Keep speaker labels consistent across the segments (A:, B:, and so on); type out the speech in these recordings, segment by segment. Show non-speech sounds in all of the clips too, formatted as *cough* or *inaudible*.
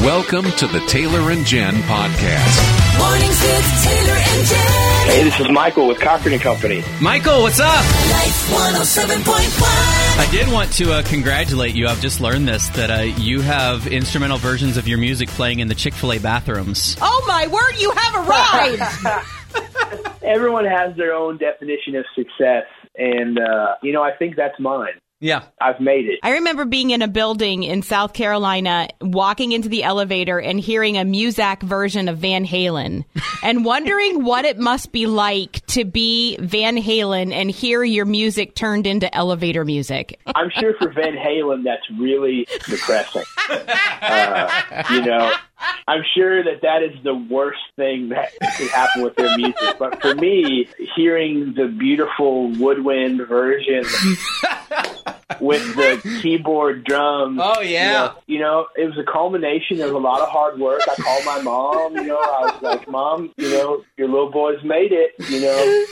A: Welcome to the Taylor and Jen podcast.
B: Mornings with Taylor and Jen.
C: Hey, this is Michael with Cochran and Company.
D: Michael, what's up?
B: Life 107.1.
D: I did want to uh, congratulate you. I've just learned this that uh, you have instrumental versions of your music playing in the Chick fil A bathrooms.
E: Oh my word, you have arrived!
C: Everyone has their own definition of success, and uh, you know I think that's mine.
D: Yeah.
C: I've made it.
E: *laughs* I remember being in a building in South Carolina, walking into the elevator and hearing a Muzak version of Van Halen and wondering *laughs* what it must be like to be Van Halen and hear your music turned into elevator music.
C: I'm sure for Van Halen that's really depressing. Uh, you know, I'm sure that that is the worst thing that could happen with their music. But for me, hearing the beautiful woodwind version with the keyboard drums.
D: Oh, yeah.
C: You know, you know, it was a culmination of a lot of hard work. I called my mom, you know, I was like, Mom, you know, your little boy's made it, you know.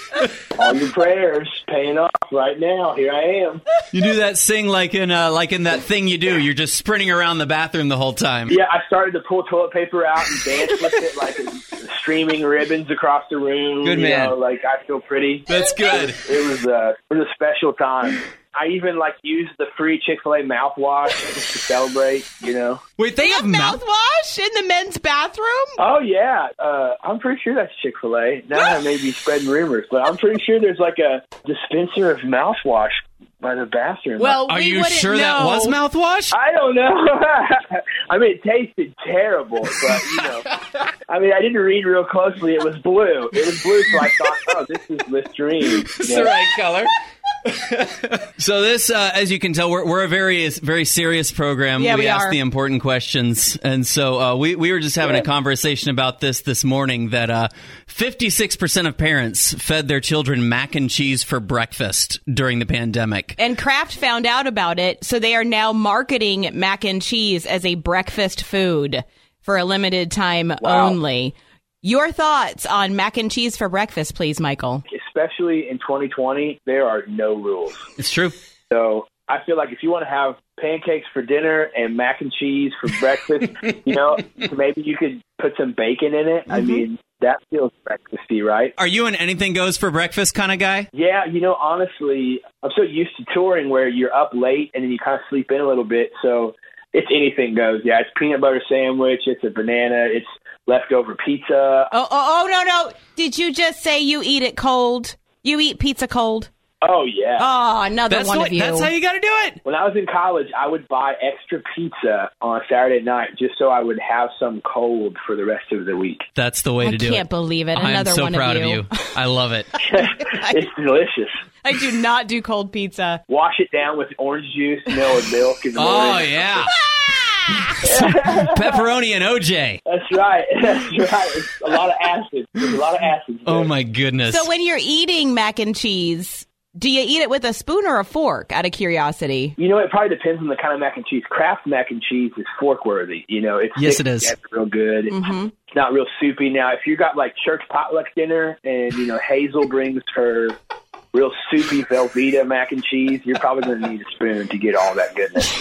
C: All your prayers paying off right now. Here I am.
D: You do that sing like in uh, like in that thing you do. You're just sprinting around the bathroom the whole time.
C: Yeah, I started to pull toilet paper out and dance with it like streaming ribbons across the room.
D: Good
C: you
D: man.
C: know, like I feel pretty.
D: That's good.
C: It was uh, it was a special time. I even like used the free Chick Fil A mouthwash just to celebrate. You know.
D: Wait, they have mouth.
E: Mouthwash in the men's bathroom?
C: Oh yeah, uh, I'm pretty sure that's Chick Fil A. Now I may be spreading rumors, but I'm pretty sure there's like a dispenser of mouthwash by the bathroom.
E: Well,
D: Are
E: we
D: you
E: wouldn't
D: sure
E: know.
D: that was mouthwash?
C: I don't know. *laughs* I mean, it tasted terrible, but you know, I mean, I didn't read real closely. It was blue. It was blue, so I thought, oh, this is Listerine.
D: It's
C: Yeah.
D: the right color. *laughs* so this, uh, as you can tell, we're, we're a very very serious program.
E: Yeah, we
D: ask
E: are.
D: the important questions, and so uh, we we were just having a conversation about this this morning that fifty six percent of parents fed their children mac and cheese for breakfast during the pandemic.
E: And Kraft found out about it, so they are now marketing mac and cheese as a breakfast food for a limited time
C: Wow.
E: only. Your thoughts on mac and cheese for breakfast, please, Michael.
C: Especially in 2020, there are no rules.
D: It's true.
C: So I feel like if you want to have pancakes for dinner and mac and cheese for breakfast, you know, maybe you could put some bacon in it. I mean, that feels breakfasty, right?
D: Are you an anything goes for breakfast kind of guy?
C: Yeah, you know, honestly, I'm so used to touring where you're up late and then you kind of sleep in a little bit. So it's anything goes. Yeah, it's peanut butter sandwich, it's a banana, it's leftover pizza.
E: Oh, oh, oh, no, no. Did you just say you eat it cold? You eat pizza cold?
C: Oh yeah.
D: Uh,
E: Oh, another
D: That's
E: one
D: what-
E: of you.
D: that's how you got to do it.
C: When I was in college, I would buy extra pizza on Saturday night just so I would have some cold for the rest of the week.
D: That's the way
E: I
D: to do
E: can't
D: it.
E: believe it.
D: I'm
E: Another
D: so
E: one
D: proud
E: of you.
D: I love
E: *laughs*
D: it.
C: it's delicious.
E: I do not do cold pizza.
C: wash it down with orange juice, you know, and milk in the
D: Oh
C: morning.
E: *laughs*
D: yeah. Pepperoni and OJ.
C: That's right. *laughs* That's right. It's a lot of acid. There's a lot of acid.
D: Oh my goodness.
E: So when you're eating mac and cheese, do you eat it with a spoon or a fork? Out of curiosity.
C: You know, it probably depends on the kind of mac and cheese. Kraft mac and cheese is fork worthy. You know, it's
D: Yes, it is.
C: It's real good. It's not real soupy. Now, if you got like church potluck dinner, and you know Hazel brings her real soupy Velveeta mac and cheese, you're probably going to need a spoon to get all that goodness.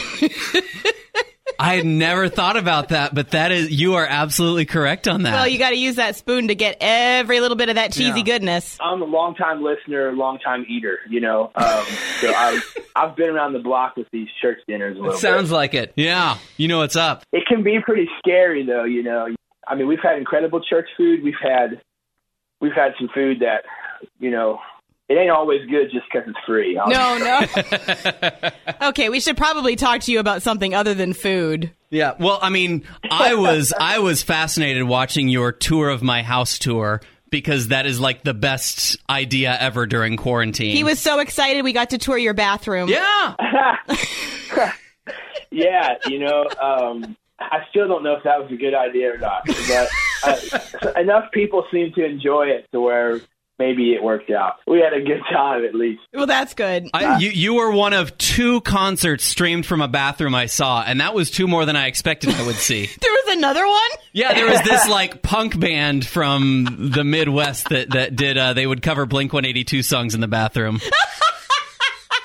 D: I had never thought about that, but that is you are absolutely correct on that.
E: Well, you got to use that spoon to get every little bit of that cheesy
D: Yeah.
E: goodness.
C: I'm a long time listener, long time eater. You know, um, so I've I've been around the block with these church dinners. A little bit.
D: Sounds like it. Yeah, you know what's up.
C: It can be pretty scary though, you know. I mean, we've had incredible church food. We've had we've had some food that, you know, it ain't always good just 'cause it's free. I'll-
E: No, no.
D: *laughs*
E: okay, we should probably talk to you about something other than food.
D: Yeah. Well, I mean, I was I was fascinated watching your tour of my house tour because that is like the best idea ever during quarantine.
E: He was so excited we got to tour your bathroom.
D: Yeah.
C: *laughs* Yeah, you know, um I still don't know if that was a good idea or not, but uh, *laughs* enough people seem to enjoy it to where maybe it worked out. We had a good time at least.
E: Well, that's good.
D: I, you you were one of two concerts streamed from a bathroom I saw, and that was two more than I expected I would see.
E: there was another one?
D: Yeah, there was this like punk band from the Midwest that that did uh, they would cover Blink One Eighty Two songs in the bathroom.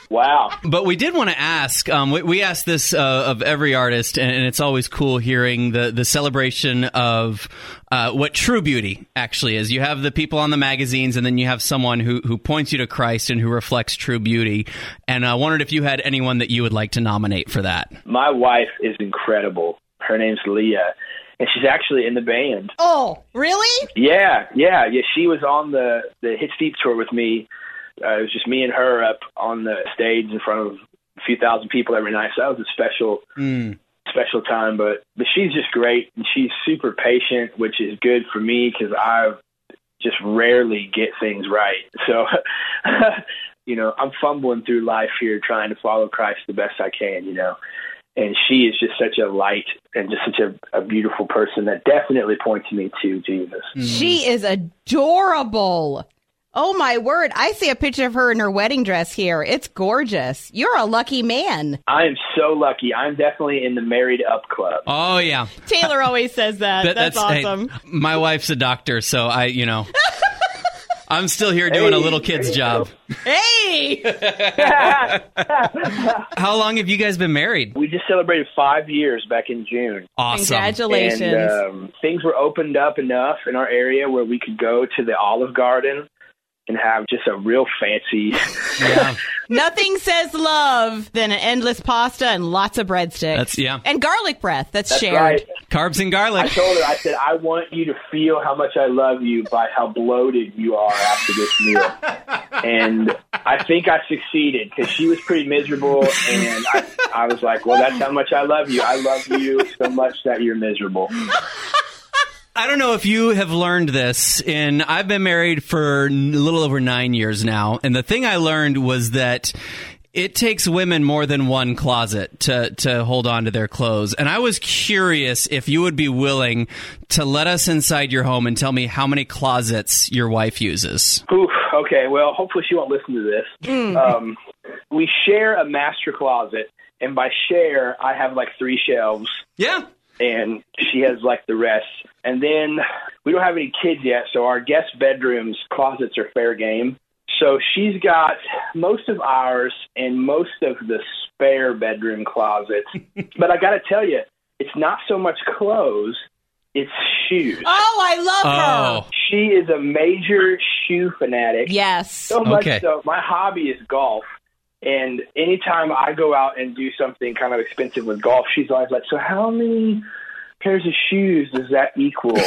C: Wow.
D: But we did want to ask. Um, we, we asked this uh, of every artist, and, and it's always cool hearing the the celebration of uh, what true beauty actually is. You have the people on the magazines, and then you have someone who who points you to Christ and who reflects true beauty. And I wondered if you had anyone that you would like to nominate for that.
C: My wife is incredible. Her name's Leah, and she's actually in the band.
E: Oh, really?
C: Yeah, yeah, yeah. She was on the the Hit Steep tour with me. Uh, it was just me and her up on the stage in front of a few thousand people every night. So that was a special special time. But but she's just great, and she's super patient, which is good for me because I just rarely get things right. So. *laughs* You know, I'm fumbling through life here trying to follow Christ the best I can, you know and she is just such a light and just such a, a beautiful person that definitely points me to Jesus.
E: She is adorable. Oh my word. I see a picture of her in her wedding dress here. It's gorgeous. You're a lucky
D: *laughs*
E: man.
C: I am so lucky. I'm definitely in the married up club.
D: Oh yeah,
E: Taylor always says that.
D: That-
E: that's,
D: hey,
E: awesome.
D: my wife's a doctor, so I you
E: *laughs*
D: know. I'm still here doing a
C: Hey,
D: little kid's job.
E: Hey,
D: How long have you guys been married?
C: We just celebrated five years back in June,
D: Awesome.
E: congratulations.
C: and um, things were opened up enough in our area where we could go to the Olive Garden and have just a real fancy.
D: Yeah.
E: Nothing says love than an endless pasta and lots of breadsticks.
D: That's- yeah.
E: And garlic breath that's,
C: That's
E: shared.
C: right.
D: Carbs and
C: I
D: garlic.
C: told her, I said, I want you to feel how much I love you by how bloated you are after this meal. And I think I succeeded because she was pretty miserable. And I, I was like, well, that's how much I love you. I love you so much that you're miserable.
D: I don't know if you have learned this, and I've been married for n- a little over nine years now. And the thing I learned was that it takes women more than one closet to, to hold on to their clothes. And I was curious if you would be willing to let us inside your home and tell me how many closets your wife uses.
C: Oof, okay, well, hopefully she won't listen to this. Um, we share a master closet. And by share, I have like three shelves.
D: Yeah.
C: and she has like the rest. And then we don't have any kids yet, so our guest bedrooms closets are fair game. So she's got most of ours and most of the spare bedroom closets. but I got to tell you, it's not so much clothes, it's shoes.
E: Oh, I love
D: Oh.
E: her.
C: She is a major shoe fanatic.
E: Yes.
C: So much
D: Okay.
C: so, my hobby is golf. And anytime I go out and do something kind of expensive with golf, she's always like, So, how many pairs of shoes does that equal?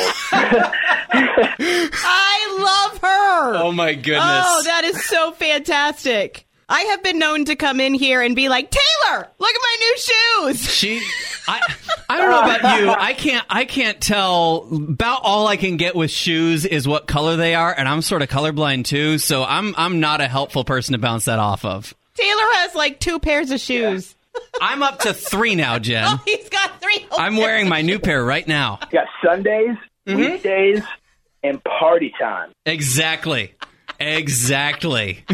E: I love her.
D: Oh, my goodness.
E: Oh, that is so fantastic. I have been known to come in here and be like, Taylor, look at my new shoes.
D: She, I, I don't know about you. I can't, I can't tell. About all I can get with shoes is what color they are, and I'm sort of colorblind too. So I'm, I'm not a helpful person to bounce that off of.
E: Taylor has like two pairs of shoes.
D: I'm up to three now, Jen.
E: Oh, *laughs* he's got three. whole
D: I'm
E: pairs
D: wearing
E: of
D: my new
E: shoes.
D: pair right now.
C: got Sundays, weekdays, and party time.
D: Exactly, exactly.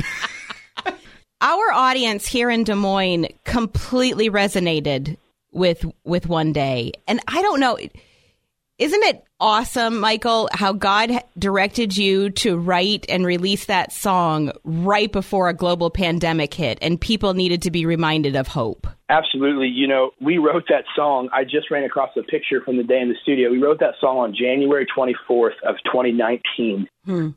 E: Our audience here in Des Moines completely resonated with with one day, and I don't know. Isn't it awesome, Michael, how God directed you to write and release that song right before a global pandemic hit and people needed to be reminded of hope?
C: Absolutely. You know, we wrote that song. I just ran across a picture from the day in the studio. We wrote that song on January 24th of 2019,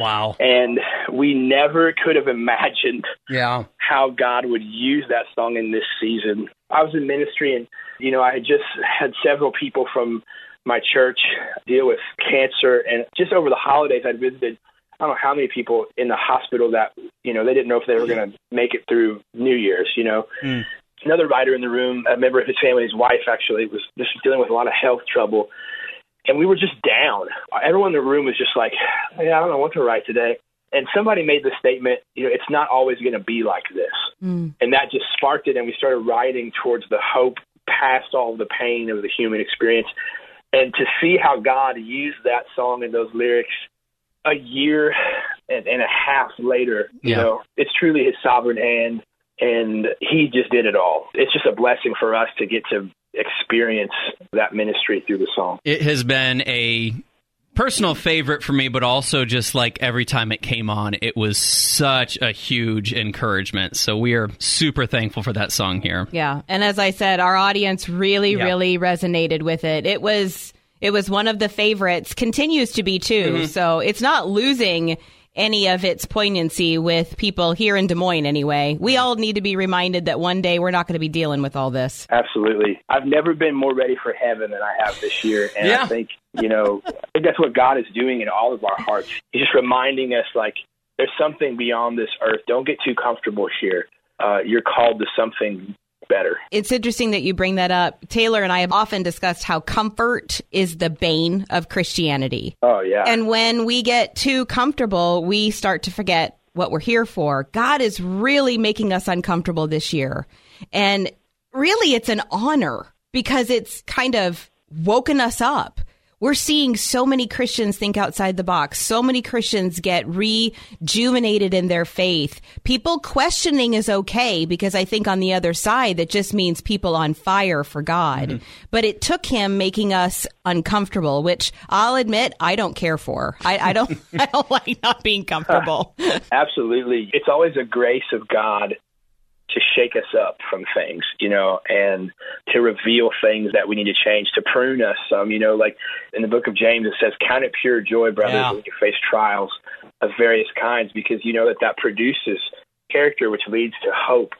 D: Wow.
C: and we never could have imagined
D: Yeah.
C: how God would use that song in this season. I was in ministry and, you know, I had just had several people from my church deal with cancer. And just over the holidays, I'd visited, I don't know how many people in the hospital that, you know, they didn't know if they were going to make it through New Year's, you know. Another writer in the room, a member of his family, his wife actually, was just dealing with a lot of health trouble. And we were just down. Everyone in the room was just like, yeah, I don't know what to write today. And somebody made the statement, you know, it's not always going to be like this and that just sparked it and we started riding towards the hope past all the pain of the human experience and to see how god used that song and those lyrics a year and, and a half later you
D: Yeah.
C: know it's truly his sovereign hand and he just did it all it's just a blessing for us to get to experience that ministry through the song
D: It has been a personal favorite for me, but also just like every time it came on, it was such a huge encouragement. So we are super thankful for that song here.
E: Yeah. And as I said, our audience really,
D: Yeah.
E: really resonated with it. It was it was one of the favorites, continues to be too. So it's not losing any of its poignancy with people here in Des Moines anyway. We all need to be reminded that one day we're not going to be dealing with all this.
C: Absolutely. I've never been more ready for heaven than I have this year. And
D: Yeah.
C: I think, you know, I think that's what God is doing in all of our hearts. He's just reminding us, like, there's something beyond this earth. Don't get too comfortable here. Uh, you're called to something better.
E: It's interesting that you bring that up. Taylor and I have often discussed how comfort is the bane of Christianity.
C: Oh, yeah.
E: And when we get too comfortable, we start to forget what we're here for. God is really making us uncomfortable this year. And really, it's an honor because it's kind of woken us up. We're seeing so many Christians think outside the box. So many Christians get rejuvenated in their faith. People questioning is okay because I think on the other side, that just means people on fire for God.
D: Mm-hmm.
E: But it took him making us uncomfortable, which I'll admit I don't care for. I, I don't, *laughs* I don't like not
D: *laughs*
E: being comfortable.
C: Absolutely. It's always a grace of God to shake us up from things, you know, and to reveal things that we need to change, to prune us some, you know, like in the book of James, it says, Count it pure joy, brothers,
D: Yeah.
C: when you face trials of various kinds, because you know that that produces character, which leads to hope.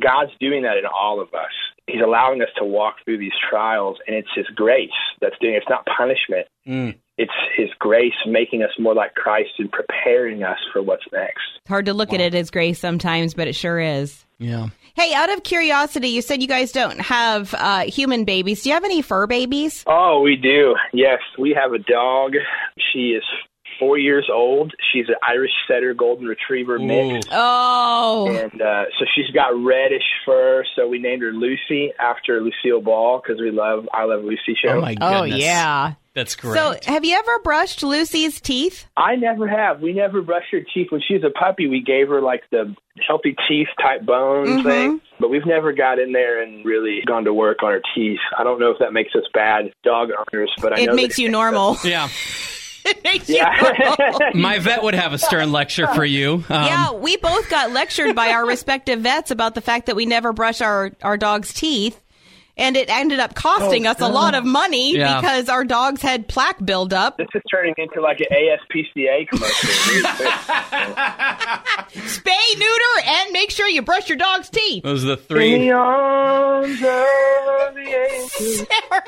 C: God's doing that in all of us. He's allowing us to walk through these trials, and it's His grace that's doing it. It's not punishment. It's His grace making us more like Christ and preparing us for what's next.
E: It's hard to look at it as grace sometimes, but it sure is.
D: Yeah.
E: Hey, out of curiosity, you said you guys don't have uh, human babies. Do you have any fur babies?
C: Oh, we do. Yes, we have a dog. She is four years old. She's an Irish Setter Golden Retriever mix,
E: Oh,
C: and uh, so she's got reddish fur. So we named her Lucy after Lucille Ball because we love I Love Lucy show.
D: Oh my goodness.
E: oh yeah.
D: That's great.
E: So, have you ever brushed Lucy's teeth?
C: I never have. We never brush her teeth. When she was a puppy, we gave her like the healthy teeth type bone
E: Mm-hmm.
C: thing, but we've never got in there and really gone to work on her teeth. I don't know if that makes us bad dog owners, but I know
E: It
C: that
E: makes you normal.
D: *laughs* yeah.
E: it makes
C: *laughs*
E: you *laughs*
C: Yeah.
E: normal.
D: My vet would have a stern lecture for you. Um,
E: yeah, we both got lectured by our respective vets about the fact that we never brush our, our dog's teeth. And it ended up costing
C: Oh,
E: us a lot of money
D: Yeah.
E: because our dogs had plaque
C: *laughs*
E: buildup.
C: This is turning into like an ASPCA commercial.
E: *laughs* Spay, neuter, and make sure you brush your dog's teeth.
D: Those are the three.
E: *laughs* Sarah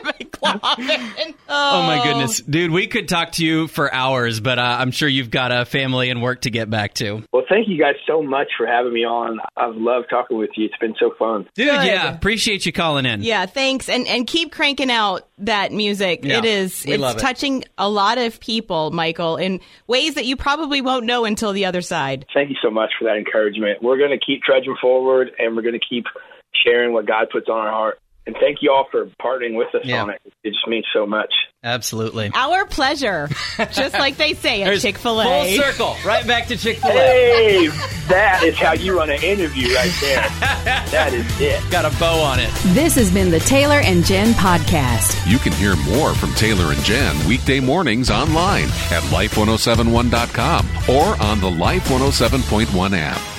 E: McLaughlin.
D: Oh my goodness, dude! We could talk to you for hours, but uh, I'm sure you've got a family and work to get back to,
C: Well, thank you guys so much for having me on. I've loved talking with you. It's been so fun.
D: dude. Yeah, appreciate you calling in.
E: Yeah, thanks, and and keep cranking out that music.
D: Yeah,
E: it is
D: we
E: it's
D: love it.
E: touching a lot of people, Michael, in ways that you probably won't know until the other side.
C: Thank you so much for that encouragement. We're going to keep trudging forward and we're going to keep sharing what God puts on our heart. And thank you all for partnering with us
D: Yeah.
C: on it. It just means so much.
D: absolutely.
E: Our pleasure, just like they say at
D: There's
E: Chick Fil
D: Full
E: A.
D: circle, right back to Chick Fil A.
C: Hey, that is how you run an interview right there. that is it.
D: Got a bow on it.
F: This has been the Taylor and Jen podcast.
A: You can hear more from Taylor and Jen weekday mornings oh online at life1071.com or on the Life 107.1 app.